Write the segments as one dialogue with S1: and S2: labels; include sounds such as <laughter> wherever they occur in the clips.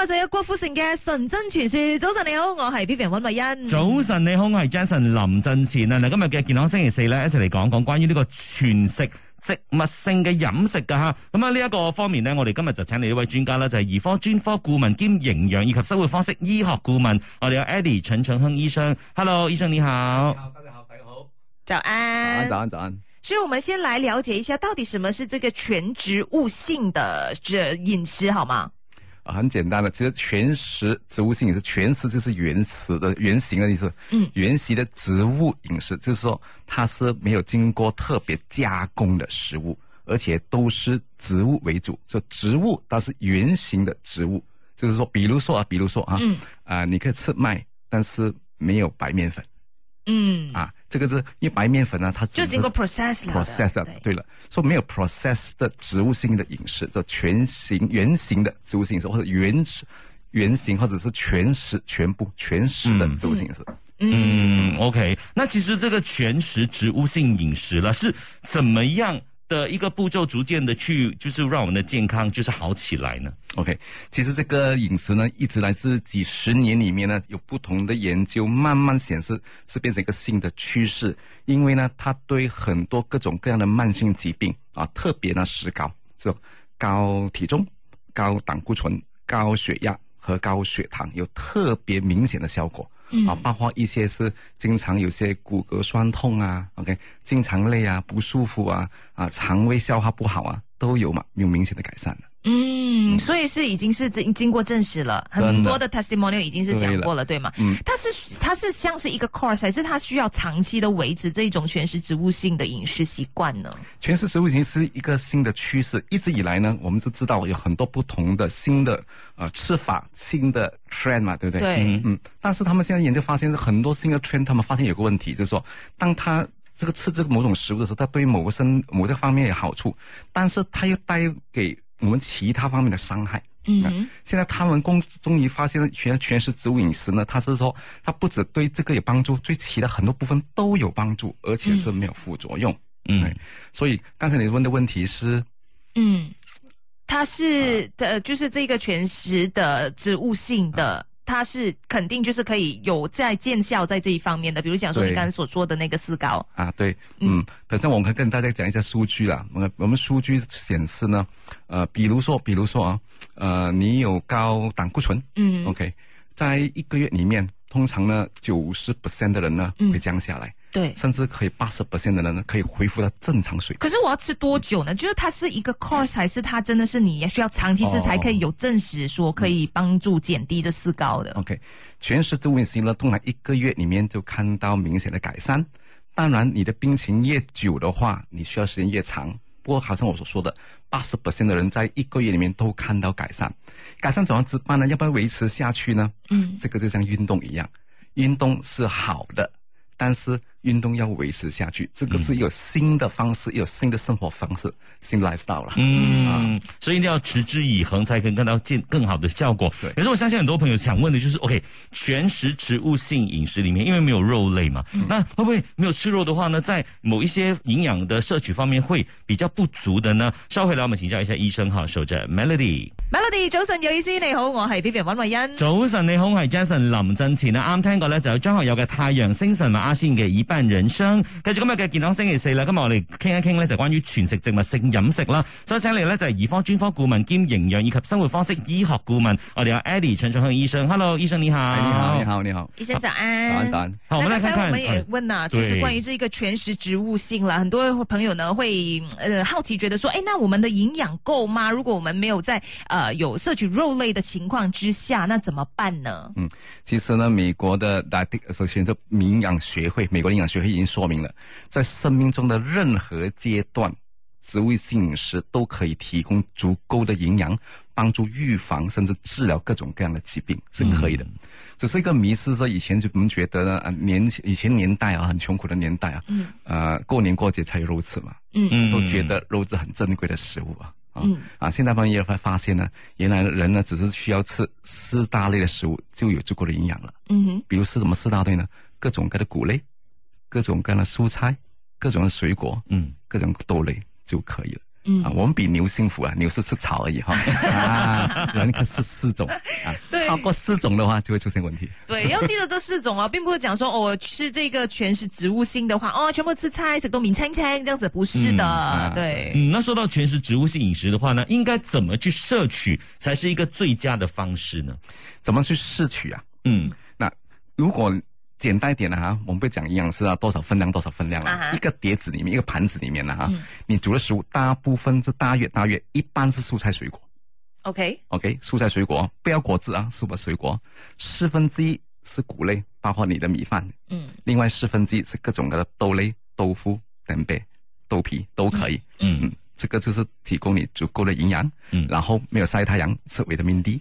S1: 我就有郭富城嘅《純真傳說》。早晨你好，我係 Vivian 温慧欣。
S2: 早晨，你好，我係 Jason 林振前啊！嗱，今日嘅健康星期四咧，一齊嚟講講關於呢個全食。植物性嘅飲食噶吓，咁啊呢一個方面呢，我哋今日就請嚟呢位專家啦，就係、兒科專科顧問兼營養以及生活方式醫學顧問，我哋有 Eddie 陳長亨醫生。Hello，醫生你好。
S3: 大家好，大家好，
S1: 早安。
S3: 早安，早安。
S1: 所以我們先來了解一下，到底什麼是這個全植物性的这饮食，好吗？
S3: 啊，很简单的，其实全食植物性饮食，全食就是原始的原型的意思。嗯，原型的植物饮食就是说它是没有经过特别加工的食物，而且都是植物为主，就植物它是原型的植物，就是说，比如说啊，比如说啊，嗯、啊，你可以吃麦，但是没有白面粉
S1: 嗯，
S3: 啊，这个是因为白面粉呢，它只
S1: 就是经过 process 了的
S3: process 的
S1: 对，
S3: 对了，说没有 process 的植物性的饮食的全形原型的植物性饮食，或者原始原型或者是全食全部全食的植物性饮食。
S2: 嗯，OK，那其实这个全食植物性饮食了是怎么样的一个步骤，逐渐的去就是让我们的健康就是好起来呢？
S3: OK，其实这个饮食呢，一直来自几十年里面呢，有不同的研究，慢慢显示是变成一个新的趋势。因为呢，它对很多各种各样的慢性疾病啊，特别呢石膏，这种高体重、高胆固醇、高血压和高血糖有特别明显的效果。啊，包括一些是经常有些骨骼酸痛啊，OK，经常累啊、不舒服啊、啊肠胃消化不好啊，都有嘛，有明显的改善的。
S1: 嗯，所以是已经是经经过证实了，很多的 testimonial 已经是讲过了，对吗？嗯，它是它是像是一个 course，还是它需要长期的维持这种全食植物性的饮食习惯呢？
S3: 全食植物已经是一个新的趋势。一直以来呢，我们都知道有很多不同的新的呃吃法、新的 trend 嘛，对不对？
S1: 对
S3: 嗯嗯。但是他们现在研究发现，很多新的 trend，他们发现有个问题，就是说，当他这个吃这个某种食物的时候，它对于某个身某个方面有好处，但是它又带给我们其他方面的伤害。嗯，现在他们公终于发现了全全食植物饮食呢，它是说它不止对这个有帮助，对其他很多部分都有帮助，而且是没有副作用。
S2: 嗯
S3: 对，所以刚才你问的问题是，
S1: 嗯，它是的、呃就是这个全食的植物性的。它是肯定就是可以有在见效在这一方面的，比如讲说你
S3: 对
S1: 刚才所说的那个四高，
S3: 啊，对，嗯，等一下我们跟大家讲一下数据啦。我们我们数据显示呢，呃，比如说，比如说啊，呃，你有高胆固醇，嗯，OK，在一个月里面，通常呢，九十 percent 的人呢会降下来，
S1: 对
S3: 甚至可以八十 percent 的人呢可以恢复到正常水平。
S1: 可是我要吃多久呢？就是它是一个 course，还是它真的是你需要长期吃才可以有证实说可以帮助减低这四高的？
S3: OK，全食植物饮食呢，通常一个月里面就看到明显的改善。当然，你的病情越久的话，你需要时间越长。不过，好像我所说的，八十的人在一个月里面都看到改善。改善怎么办呢？要不要维持下去呢？嗯，这个就像运动一样，运动是好的，但是运动要维持下去，这个是有新的方式，有新的生活方式，新 lifestyle 了。嗯。
S2: 嗯，所以一定要持之以恒，才可以看到见更好的效果。
S3: 对
S2: 可是我相信很多朋友想问的就是，OK，全食植物性饮食里面，因为没有肉类嘛，
S3: 嗯
S2: 那会不会没有吃肉的话呢，在某一些营养的摄取方面会比较不足的呢？稍回来我们请教一下医生哈，守着 Melody。
S1: Melody，早晨有意思，你好，我系 Vivian 温慧欣。
S2: 早晨，你好，我系 Jason 林振前啊，啱聽過咧就有張學友嘅《太陽星辰》同阿仙嘅《以班人生》。繼續今日嘅健康星期四啦，今日我哋傾一傾咧就關於全食植物性飲食啦，所以請嚟咧就係兒科專科顧問兼營養以及生活方式醫學顧問，我哋有 Eddie 陳俊亨醫生。Hello，醫生你好。
S3: 哎，你好，你。好，你好，
S1: 医生早
S3: 早
S1: 安，
S3: 安，早。安。
S2: 好，我
S1: 那
S2: 們來
S1: 刚才
S2: 看看。
S1: 我们也问呐、就是
S2: 对
S1: 关于这个全食植物性啦，很多朋友呢会呃好奇，觉得说，哎，那我们的营养够吗？如果我们没有在呃有摄取肉类的情况之下，那怎么办呢？
S3: 嗯，其实呢，美国的 Dietic Association 这营养学会，美国的营养学会已经说明了，在生命中的任何阶段，植物性饮食都可以提供足够的营养，帮助预防甚至治疗各种各样的疾病，是可以的。只是一个迷失，说以前就我们觉得呢，啊，年以前年代啊，很穷苦的年代啊，嗯，呃，过年过节才有肉吃嘛，
S2: 嗯
S3: 都觉得肉是很珍贵的食物啊。啊、啊！现在朋友也会发现呢，原来人呢只是需要吃四大类的食物就有足够的营养了。
S1: 嗯哼，
S3: 比如吃什么四大类呢？各种各样的谷类，各种各样的蔬菜，各种各样的水果，
S2: 嗯，
S3: 各种豆类就可以了。嗯啊，我们比牛幸福啊，牛是吃草而已
S1: <laughs>
S3: 哈，啊，人可是四种啊，
S1: 对
S3: 超过四种的话就会出现问题。
S1: 对，要记得这四种啊，并不是讲说哦，我吃这个全是植物性的话，哦，全部吃菜，食都米青青这样子，不是的，
S3: 啊
S1: 对。
S2: 嗯，那说到全食植物性饮食的话呢，应该怎么去摄取才是一个最佳的方式呢？
S3: 怎么去摄取啊？
S2: 嗯，
S3: 那如果简单一点的哈、我们不会讲营养师啊，多少分量多少分量
S1: 啊
S3: 啊，
S1: 哈嗯
S3: 一个碟子里面，一个盘子里面的哈、你煮的食物大部分是大约大约，一般是蔬菜水果
S1: OK，
S3: ，OK，蔬菜水果不要果汁啊，蔬菜水果，四分之一是谷类，包括你的米饭，
S1: 嗯，
S3: 另外四分之一是各种的豆类、豆腐、蛋白、豆皮都可以，
S2: 嗯
S3: 嗯，这个就是提供你足够的营养，
S2: 嗯
S3: 然后没有晒太阳，吃维他命 D，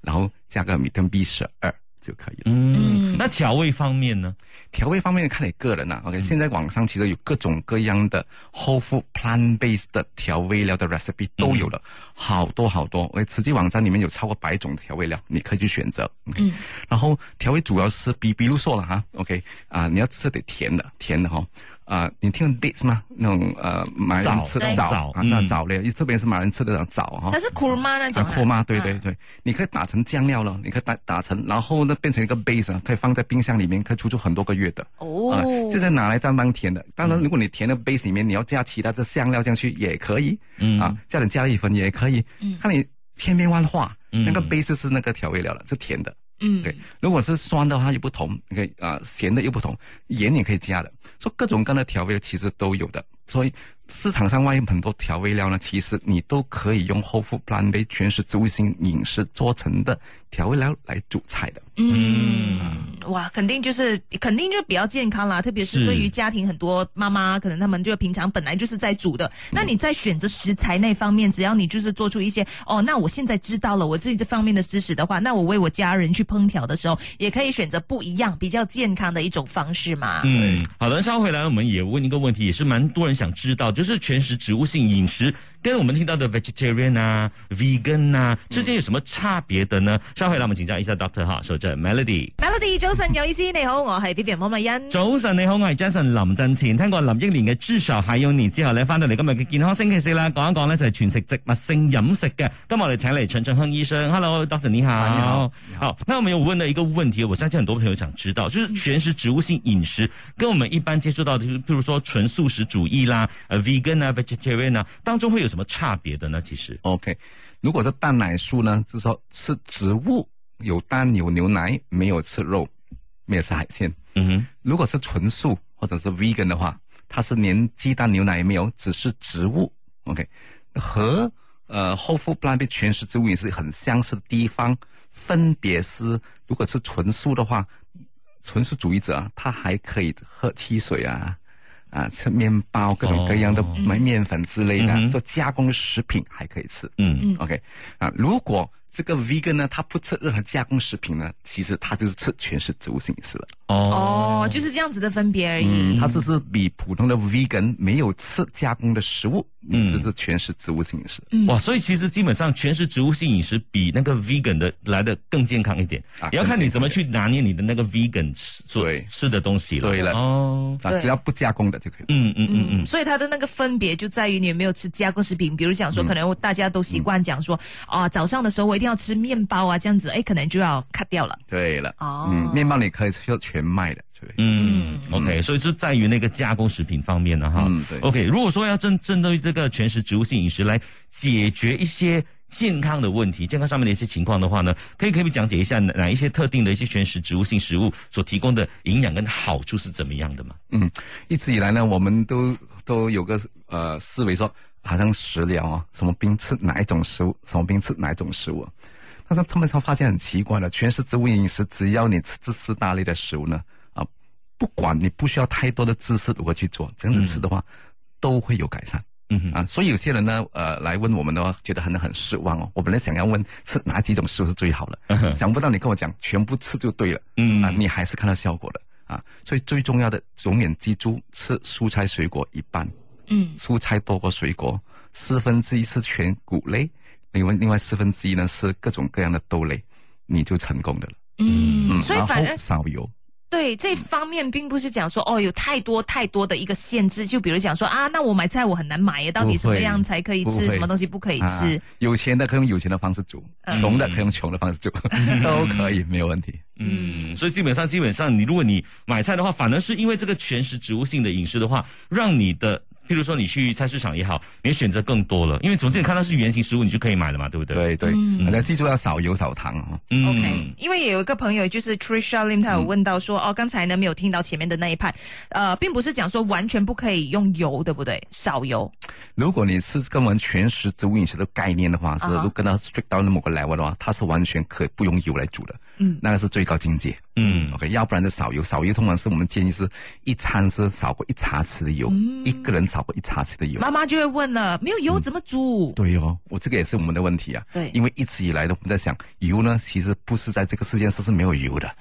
S3: 然后加个维他命 B 十二就可以了。
S2: 嗯，那调味方面呢？
S3: 调味方面看你个人啦、OK，、现啊在网上其实有各种各样的 whole food plant based 的调味料的 recipe 都有了，好多好多。OK，实际网站里面有超过百种调味料，你可以去选择。嗯，然后调味主要是比比如说了哈，OK 啊、你要吃点甜的，甜的哈、啊、你听过 dates 吗？那种呃，马来人
S2: 枣
S3: 吃
S1: 对
S3: 枣
S2: 枣
S3: 啊，
S2: 嗯
S3: 那枣类，特别是马来人吃的那种枣哈。
S1: 它是 kurma 那种
S3: 啊，
S1: 啊
S3: 扩嘛，对对
S1: 啊
S3: 对，你可以打成酱料了，你可以打打成，然后呢变成一个 base 啊，可以放在冰箱里面，可以储存很多个月的。
S1: 哦
S3: 啊，这是拿来当当甜的。当然，如果你甜的 base 里面你要加其他的香料进去也可以，嗯啊，加点加了一分也可以，嗯，看你千变万化。那个 base 就是那个调味料了，是甜的。
S1: 嗯
S3: 对，如果是酸的话又不同，你可以啊、咸的又不同，盐也可以加的，所以各种各样的调味料其实都有的。所以市场上外面很多调味料呢，其实你都可以用 whole food plant based 全食植物性饮食做成的调味料来煮菜的。
S1: 嗯，哇，肯定就是肯定就比较健康啦，特别是
S2: 是
S1: 对于家庭很多妈妈，可能他们就平常本来就是在煮
S2: 嗯
S1: 的，那你在选择食材那方面，只要你就是做出一些哦，那我现在知道了我自己这方面的知识的话，那我为我家人去烹调的时候，也可以选择不一样、比较健康的一种方式嘛。
S2: 嗯，好的，稍后回来我们也问一个问题，也是蛮多人想知道，就是全食植物性饮食跟我们听到的 vegetarian 啊、vegan 啊之间有什么差别的呢？稍后回来我们请教一下 Doctor 哈，守着 Melody。
S1: Melody 早晨有意思，你好，我系 Vivian 莫美欣。
S2: 早晨，你好，我系 Jason 林振前。聽過林憶蓮嘅《至少還有你》之後咧，翻到嚟今日嘅健康星期四啦，講一講咧就係全食植物性飲食嘅。今日我哋請嚟陳振亨醫生，Hello，Doctor 你好。
S3: 你好
S2: 好，那我们有問到一個問題，我相信很多朋友想知道，就是全食植物性飲食跟我們一般接觸到的，就是譬如說純素食主義啦、呃 vegan 啊、vegetarian 啊，當中會有什麼差別的呢？其實，
S3: OK，如果是蛋奶素呢，就是说吃植物，有蛋有牛奶，没有吃肉，没有吃海鲜。
S2: 嗯哼，
S3: 如果是纯素或者是 vegan 的话，它是连鸡蛋、牛奶也没有，只是植物。OK，和呃 whole food plant based 全食植物饮食很相似的地方，分别是如果是纯素的话，纯素主义者啊，他还可以喝汽水啊。啊，吃面包各种各样
S2: 哦
S3: 的面面粉之类的，做加工的食品还可以吃。
S2: 嗯
S3: OK 啊，如果这个 vegan 呢，他不吃任何加工食品呢，其实他就是吃全是植物性饮食了。
S2: 哦，
S1: 哦，就是这样子的分别而已。
S3: 嗯，它只是比普通的 vegan 没有吃加工的食物，
S2: 嗯
S3: 你这是全是植物性饮食。
S2: 哇，所以其实基本上全食植物性饮食比那个 vegan 的来的更健康一点，
S3: 啊
S2: 也要看你怎么去拿捏你的那个 vegan 吃所
S3: 对
S2: 吃的东西了。
S3: 对了
S2: 哦，
S3: 啊
S1: 对，
S3: 只要不加工的就可以了。
S2: 嗯嗯嗯嗯，
S1: 所以它的那个分别就在于你有没有吃加工食品，比如
S3: 嗯
S1: 讲说，可能大家都习惯讲说，啊、早上的时候我一定要吃面包啊，这样子，哎，可能就要 cut 掉了。
S3: 对了，
S1: 哦
S3: 嗯，面包你可以吃全麦的，对。
S2: 嗯 o k 所以就在于那个加工食品方面了哈。
S3: 嗯对
S2: OK，如果说要针针对这个全食植物性饮食来解决一些健康的问题、健康上面的一些情况的话呢，可以可以讲解一下哪哪一些特定的一些全食植物性食物所提供的营养跟好处是怎么样的吗？
S3: 嗯，一直以来呢，我们都都有个呃思维说，好像食疗啊、哦，什么病吃哪一种食物，什么病吃哪一种食物、啊。但是他们才发现很奇怪了，全是植物饮食，只要你吃这四大类的食物呢，啊，不管你不需要太多的知识如何去做，这样子吃的话，都会有改善。
S2: 嗯哼
S3: 啊，所以有些人呢，呃，来问我们的话，觉得很很失望哦。我本来想要问吃哪几种食物是最好的，
S2: 嗯
S3: 想不到你跟我讲全部吃就对了，嗯啊，你还是看到效果的啊。所以最重要的，永远记住吃蔬菜水果一半，
S1: 嗯，
S3: 蔬菜多过水果，四分之一是全谷类，另外另外四分之一呢是各种各样的豆类，你就成功的了。
S1: 嗯，
S3: 嗯，
S1: 所以
S3: 然后
S1: 反而
S3: 少油，
S1: 对这方面，并不是讲说哦有太多太多的一个限制，就比如讲说啊，那我买菜我很难买耶，到底什么样才可以
S3: 不
S1: 吃，
S3: 会
S1: 什么东西不可以
S3: 啊
S1: 吃？，
S3: 有钱的可以用有钱的方式煮，
S1: 嗯
S3: 穷的可以用穷的方
S2: <laughs>
S3: 式煮，都可以，没有问题。
S2: 嗯，所以基本上，基本上你如果你买菜的话，反而是因为这个全食植物性的饮食的话，让你的，譬如说你去菜市场也好，你的选择更多了，因为总之你看到是原型食物，你就可以买了嘛，对不对？
S3: 对对，
S1: 嗯
S3: 大家记住要少油少糖哦。
S2: 嗯
S1: OK，因为也有一个朋友就是 Trisha Lim，他有问到说，哦，刚才呢没有听到前面的那一派，呃，并不是讲说完全不可以用油，对不对？少油，
S3: 如果你是跟我们全食植物饮食的概念的话，是
S1: 啊哈
S3: 如果跟它 strict 到某个 level 的话，它是完全可以不用油来煮的，嗯，那个是最高境界，
S2: 嗯
S3: ，OK，要不然就少油，少油通常是我们建议是一餐是少过一茶匙的油，
S1: 嗯
S3: 一个人少过一茶匙的油。
S1: 妈妈就会问了，没有油怎么煮？
S3: 对哦，我这个也是我们的问题啊。
S1: 对
S3: 因为一直以来都我们在想油呢，其实不是在这个世界上是没有油
S1: <laughs>
S3: 的，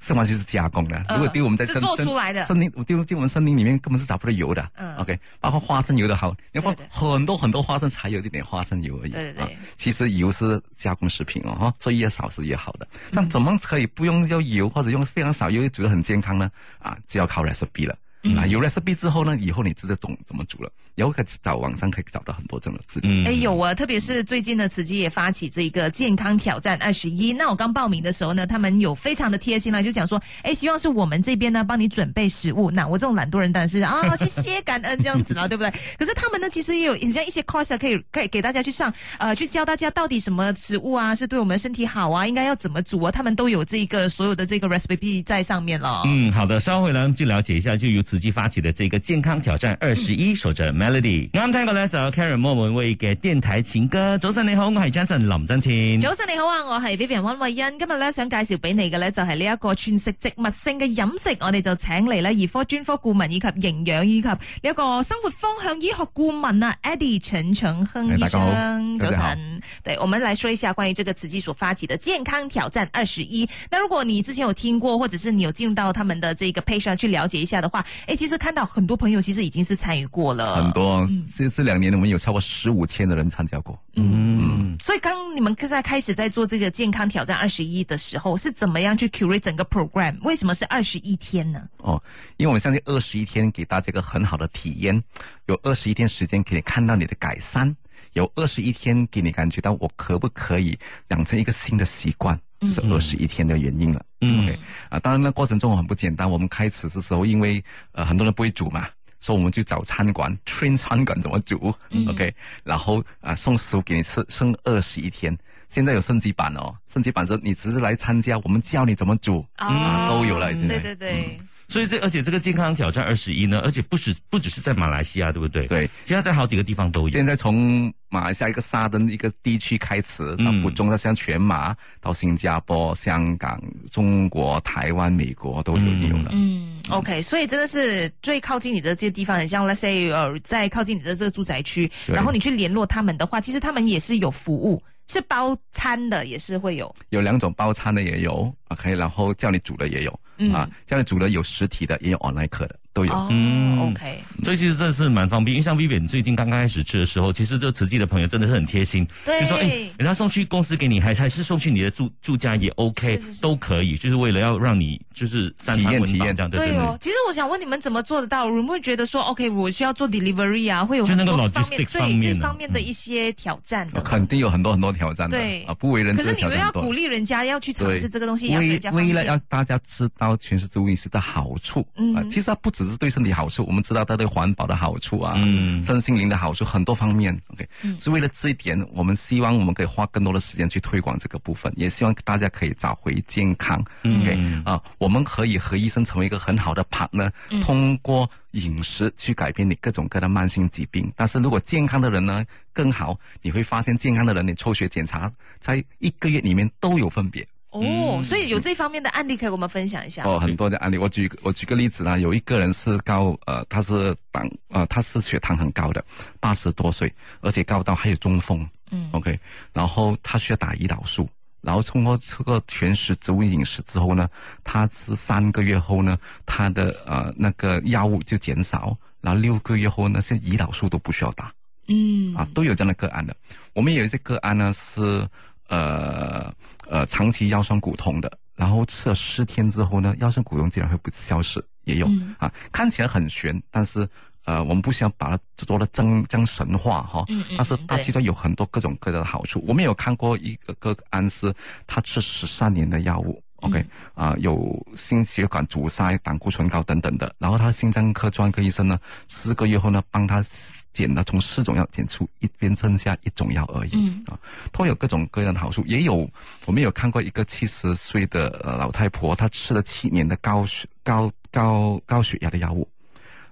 S3: 是完全是加工的。如果丢我们在
S1: 嗯是
S3: 森
S1: 做
S3: 森
S1: 出来的
S3: 森林，丢丢我们森林里面根本是找不到油的。
S1: 嗯
S3: OK，包括花生油的好，你放
S1: 对的
S3: 很多很多花生才有一点点花生油而已。
S1: 对对对
S3: 啊其实油是加工食品哦，哈，所以越少是越好的。
S1: 嗯
S3: 但怎么可以不用要油或者用非常少油煮得很健康呢？啊，就要靠 recipe 了。
S1: 嗯
S3: 啊，有 recipe 之后呢，以后你知道懂怎么煮了，以后可以找网站可以找到很多这样的资料。
S1: 哎，有啊，特别是最近呢，慈济也发起这一个健康挑战二十一。那我刚报名的时候呢，他们有非常的贴心啦，就讲说，哎，希望是我们这边呢帮你准备食物。那我这种懒惰人当然是啊、谢谢感恩这样子啦，对不对？可是他们呢，其实也有很像一些 course 啊可以可以给大家去上，呃，去教大家到底什么食物啊是对我们身体好啊，应该要怎么煮啊，他们都有这一个所有的这个 recipe 在上面了。
S2: 嗯，好的，稍后回来我们就了解一下，就由慈济发起的这个健康挑战二十一，守着 Melody。啱聽過咧就有 Karen 莫文蔚嘅電台情歌。早晨你好，我係 Jason 林振前。
S1: 早晨你好啊，我係 Vivian 温慧欣，今日咧想介紹俾你嘅咧就係呢一個全食植物性嘅飲食，我哋就請嚟咧兒科專科顧問以及營養以及呢一個生活方向醫學顧問啊 Eddie 陳長亨
S3: 哎
S1: 醫
S3: 大家好
S1: 生，
S3: 大
S1: 早
S3: 家好
S1: 晨。对，我們來說一下關於這個慈濟所發起的健康挑戰二十一。那如果你之前有聽過，或者是你有進入到他們的這個 page 上去了解一下的話，诶，其實看到很多朋友其實已經是參與過了，
S3: 很多，这这两年我们有超过十五千的人参加过。
S2: 嗯，
S1: 所以，刚你们在开始在做这个健康挑战二十一的时候，是怎么样去 curate 整个 program？为什么是二十一天呢？
S3: 哦，因为我们相信二十一天给大家一个很好的体验，有二十一天时间可以看到你的改善，有二十一天给你感觉到我可不可以养成一个新的习惯，这是二十一天的原因了。嗯，OK 啊，当然呢过程中很不简单，我们开始的时候因为呃很多人不会煮嘛。所以我们就找餐馆，train 餐馆怎么煮、o k 然后啊、送食物给你吃，剩二十一天。现在有升级版哦，升级版说你只是来参加，我们教你怎么煮、
S1: 哦
S3: 啊，都有了，已经。
S1: 对对对，
S2: 所以这而且这个健康挑战二十一呢，而且不止不只是在马来西亚，对不对？
S3: 对，
S2: 现在在好几个地方都有。
S3: 现在从马来西亚一个沙登一个地区开始，
S1: 嗯
S3: 到不中到像全马，到新加坡、香港、中国、台湾、美国都有有的。
S1: 嗯，OK，所以真的是最靠近你的这些地方，很像 let's say 呃，在靠近你的这个住宅区，
S3: 对
S1: 然后你去联络他们的话，其实他们也是有服务，是包餐的，也是会有。
S3: 有两种包餐的也有，OK，然后叫你煮的也有、啊，叫你煮的有实体的，也有 online 课的，都有。
S1: 嗯哦、o k
S2: 所以其实真的是蛮方便，因为像 Vivian 最近刚刚开始吃的时候，其实这慈济的朋友真的是很贴心，
S1: 对
S2: 就说哎，人家送去公司给你，还还是送去你的住住家也 OK，
S1: 是是是
S2: 都可以，就是为了要让你就是三
S3: 体
S2: 餐
S3: 验
S2: 温
S3: 体
S2: 饱
S3: 验
S2: 这样，对
S1: 对
S2: 对
S1: 哦，其实我想问你们怎么做得到？有没有觉得说，OK，我需要做 delivery 啊，会有
S2: 就
S1: 很
S2: 那个
S1: 多方
S2: logistics
S1: 面，对
S2: 方面的
S1: 这方面的一些挑战的。
S3: 哦肯定有很多很多挑战的
S1: 对
S3: 啊，不为人
S1: 可
S3: 知
S1: 是你
S3: 的挑
S1: 们
S3: 战
S1: 要
S3: 很多
S1: 鼓励人家要去尝
S3: 对
S1: 试这个东西，也要给
S3: 为
S1: 人家方
S3: 为了
S1: 便
S3: 要大家知道全是植物饮食的好处，嗯、啊，其实它不只是对身体好处，我们知道它对环保的好处啊，嗯，身心灵的好处很多方面。OK，、是
S1: 嗯
S3: 为了这一点，我们希望我们可以花更多的时间去推广这个部分，也希望大家可以找回健康。OK，、啊，
S1: 嗯
S3: 我们可以和医生成为一个很好的 partner，、通过饮食去改变你各种各样的慢性疾病。但是如果健康的人呢更好，你会发现健康的人，你抽血检查在一个月里面都有分别。
S1: 哦，所以有这方面的案例可以跟我们分享一下。
S3: 嗯哦，很多的案例，我举个我举个例子啦，有一个人是高呃，他是糖呃，他是血糖很高的，八十多岁，而且高到还有中风，嗯，OK，然后他需要打胰岛素，然后通过这个全食植物饮食之后呢，他是三个月后呢，他的呃那个药物就减少，然后六个月后呢，现在胰岛素都不需要打，
S1: 嗯，
S3: 啊，都有这样的个案的。我们有一些个案呢是呃呃长期腰酸骨痛的，然后吃了十天之后呢，腰酸骨痛竟然会不消失，也有、嗯、啊，看起来很悬，但是。呃，我们不想把它做的将将神化哈，
S1: 嗯嗯
S3: 但是大鸡腿有很多各种各样的好处。我们有看过一个个安师，他吃十三年的药物，OK 啊、呃，有心血管阻塞、胆固醇高等等的。然后他的心脏科专科医生呢，四个月后呢，帮他减了从四种药减出一边剩下一种药而已、
S1: 嗯、
S3: 啊，都有各种各样的好处。也有我们有看过一个七十岁的呃老太婆，她吃了七年的高血高高高血压的药物，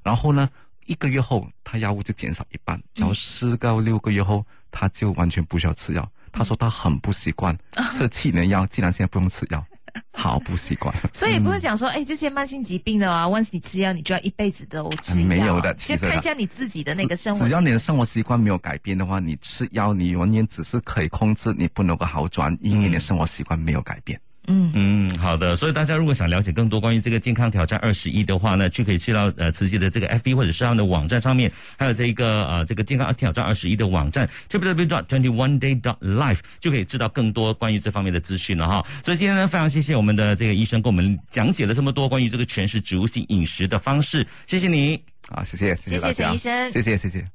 S3: 然后呢。一个月后，他药物就减少一半，
S1: 嗯
S3: 然后四到六个月后，他就完全不需要吃药。
S1: 嗯
S3: 他说他很不习
S1: <laughs>
S3: 惯，吃七年药，竟然现在不用吃药，好不习惯。
S1: 所以不是讲说，哎，这些慢性疾病的啊，once 你吃药，你就要一辈子都吃药。啊
S3: 嗯没有的，
S1: 先看一 <laughs> 下你自己的那个生活。
S3: 只要你的生活习惯没有改变的话，你吃药，你永远只是可以控制，你不能够好转，因为你的生活习惯没有改变。
S1: 嗯
S2: 嗯，好的。所以大家如果想了解更多关于这个健康挑战二十一的话呢，就可以去到呃慈济的这个 F B 或者是他们的网站上面，还有这一个呃这个健康挑战二十一的网站 www dot twenty one day dot life 就可以知道更多关于这方面的资讯了哈。所以今天呢，非常谢谢我们的这个医生跟我们讲解了这么多关于这个全食植物性饮食的方式，谢谢你。
S3: 啊好，谢谢，
S1: 谢谢陈医生，
S3: 谢谢谢谢。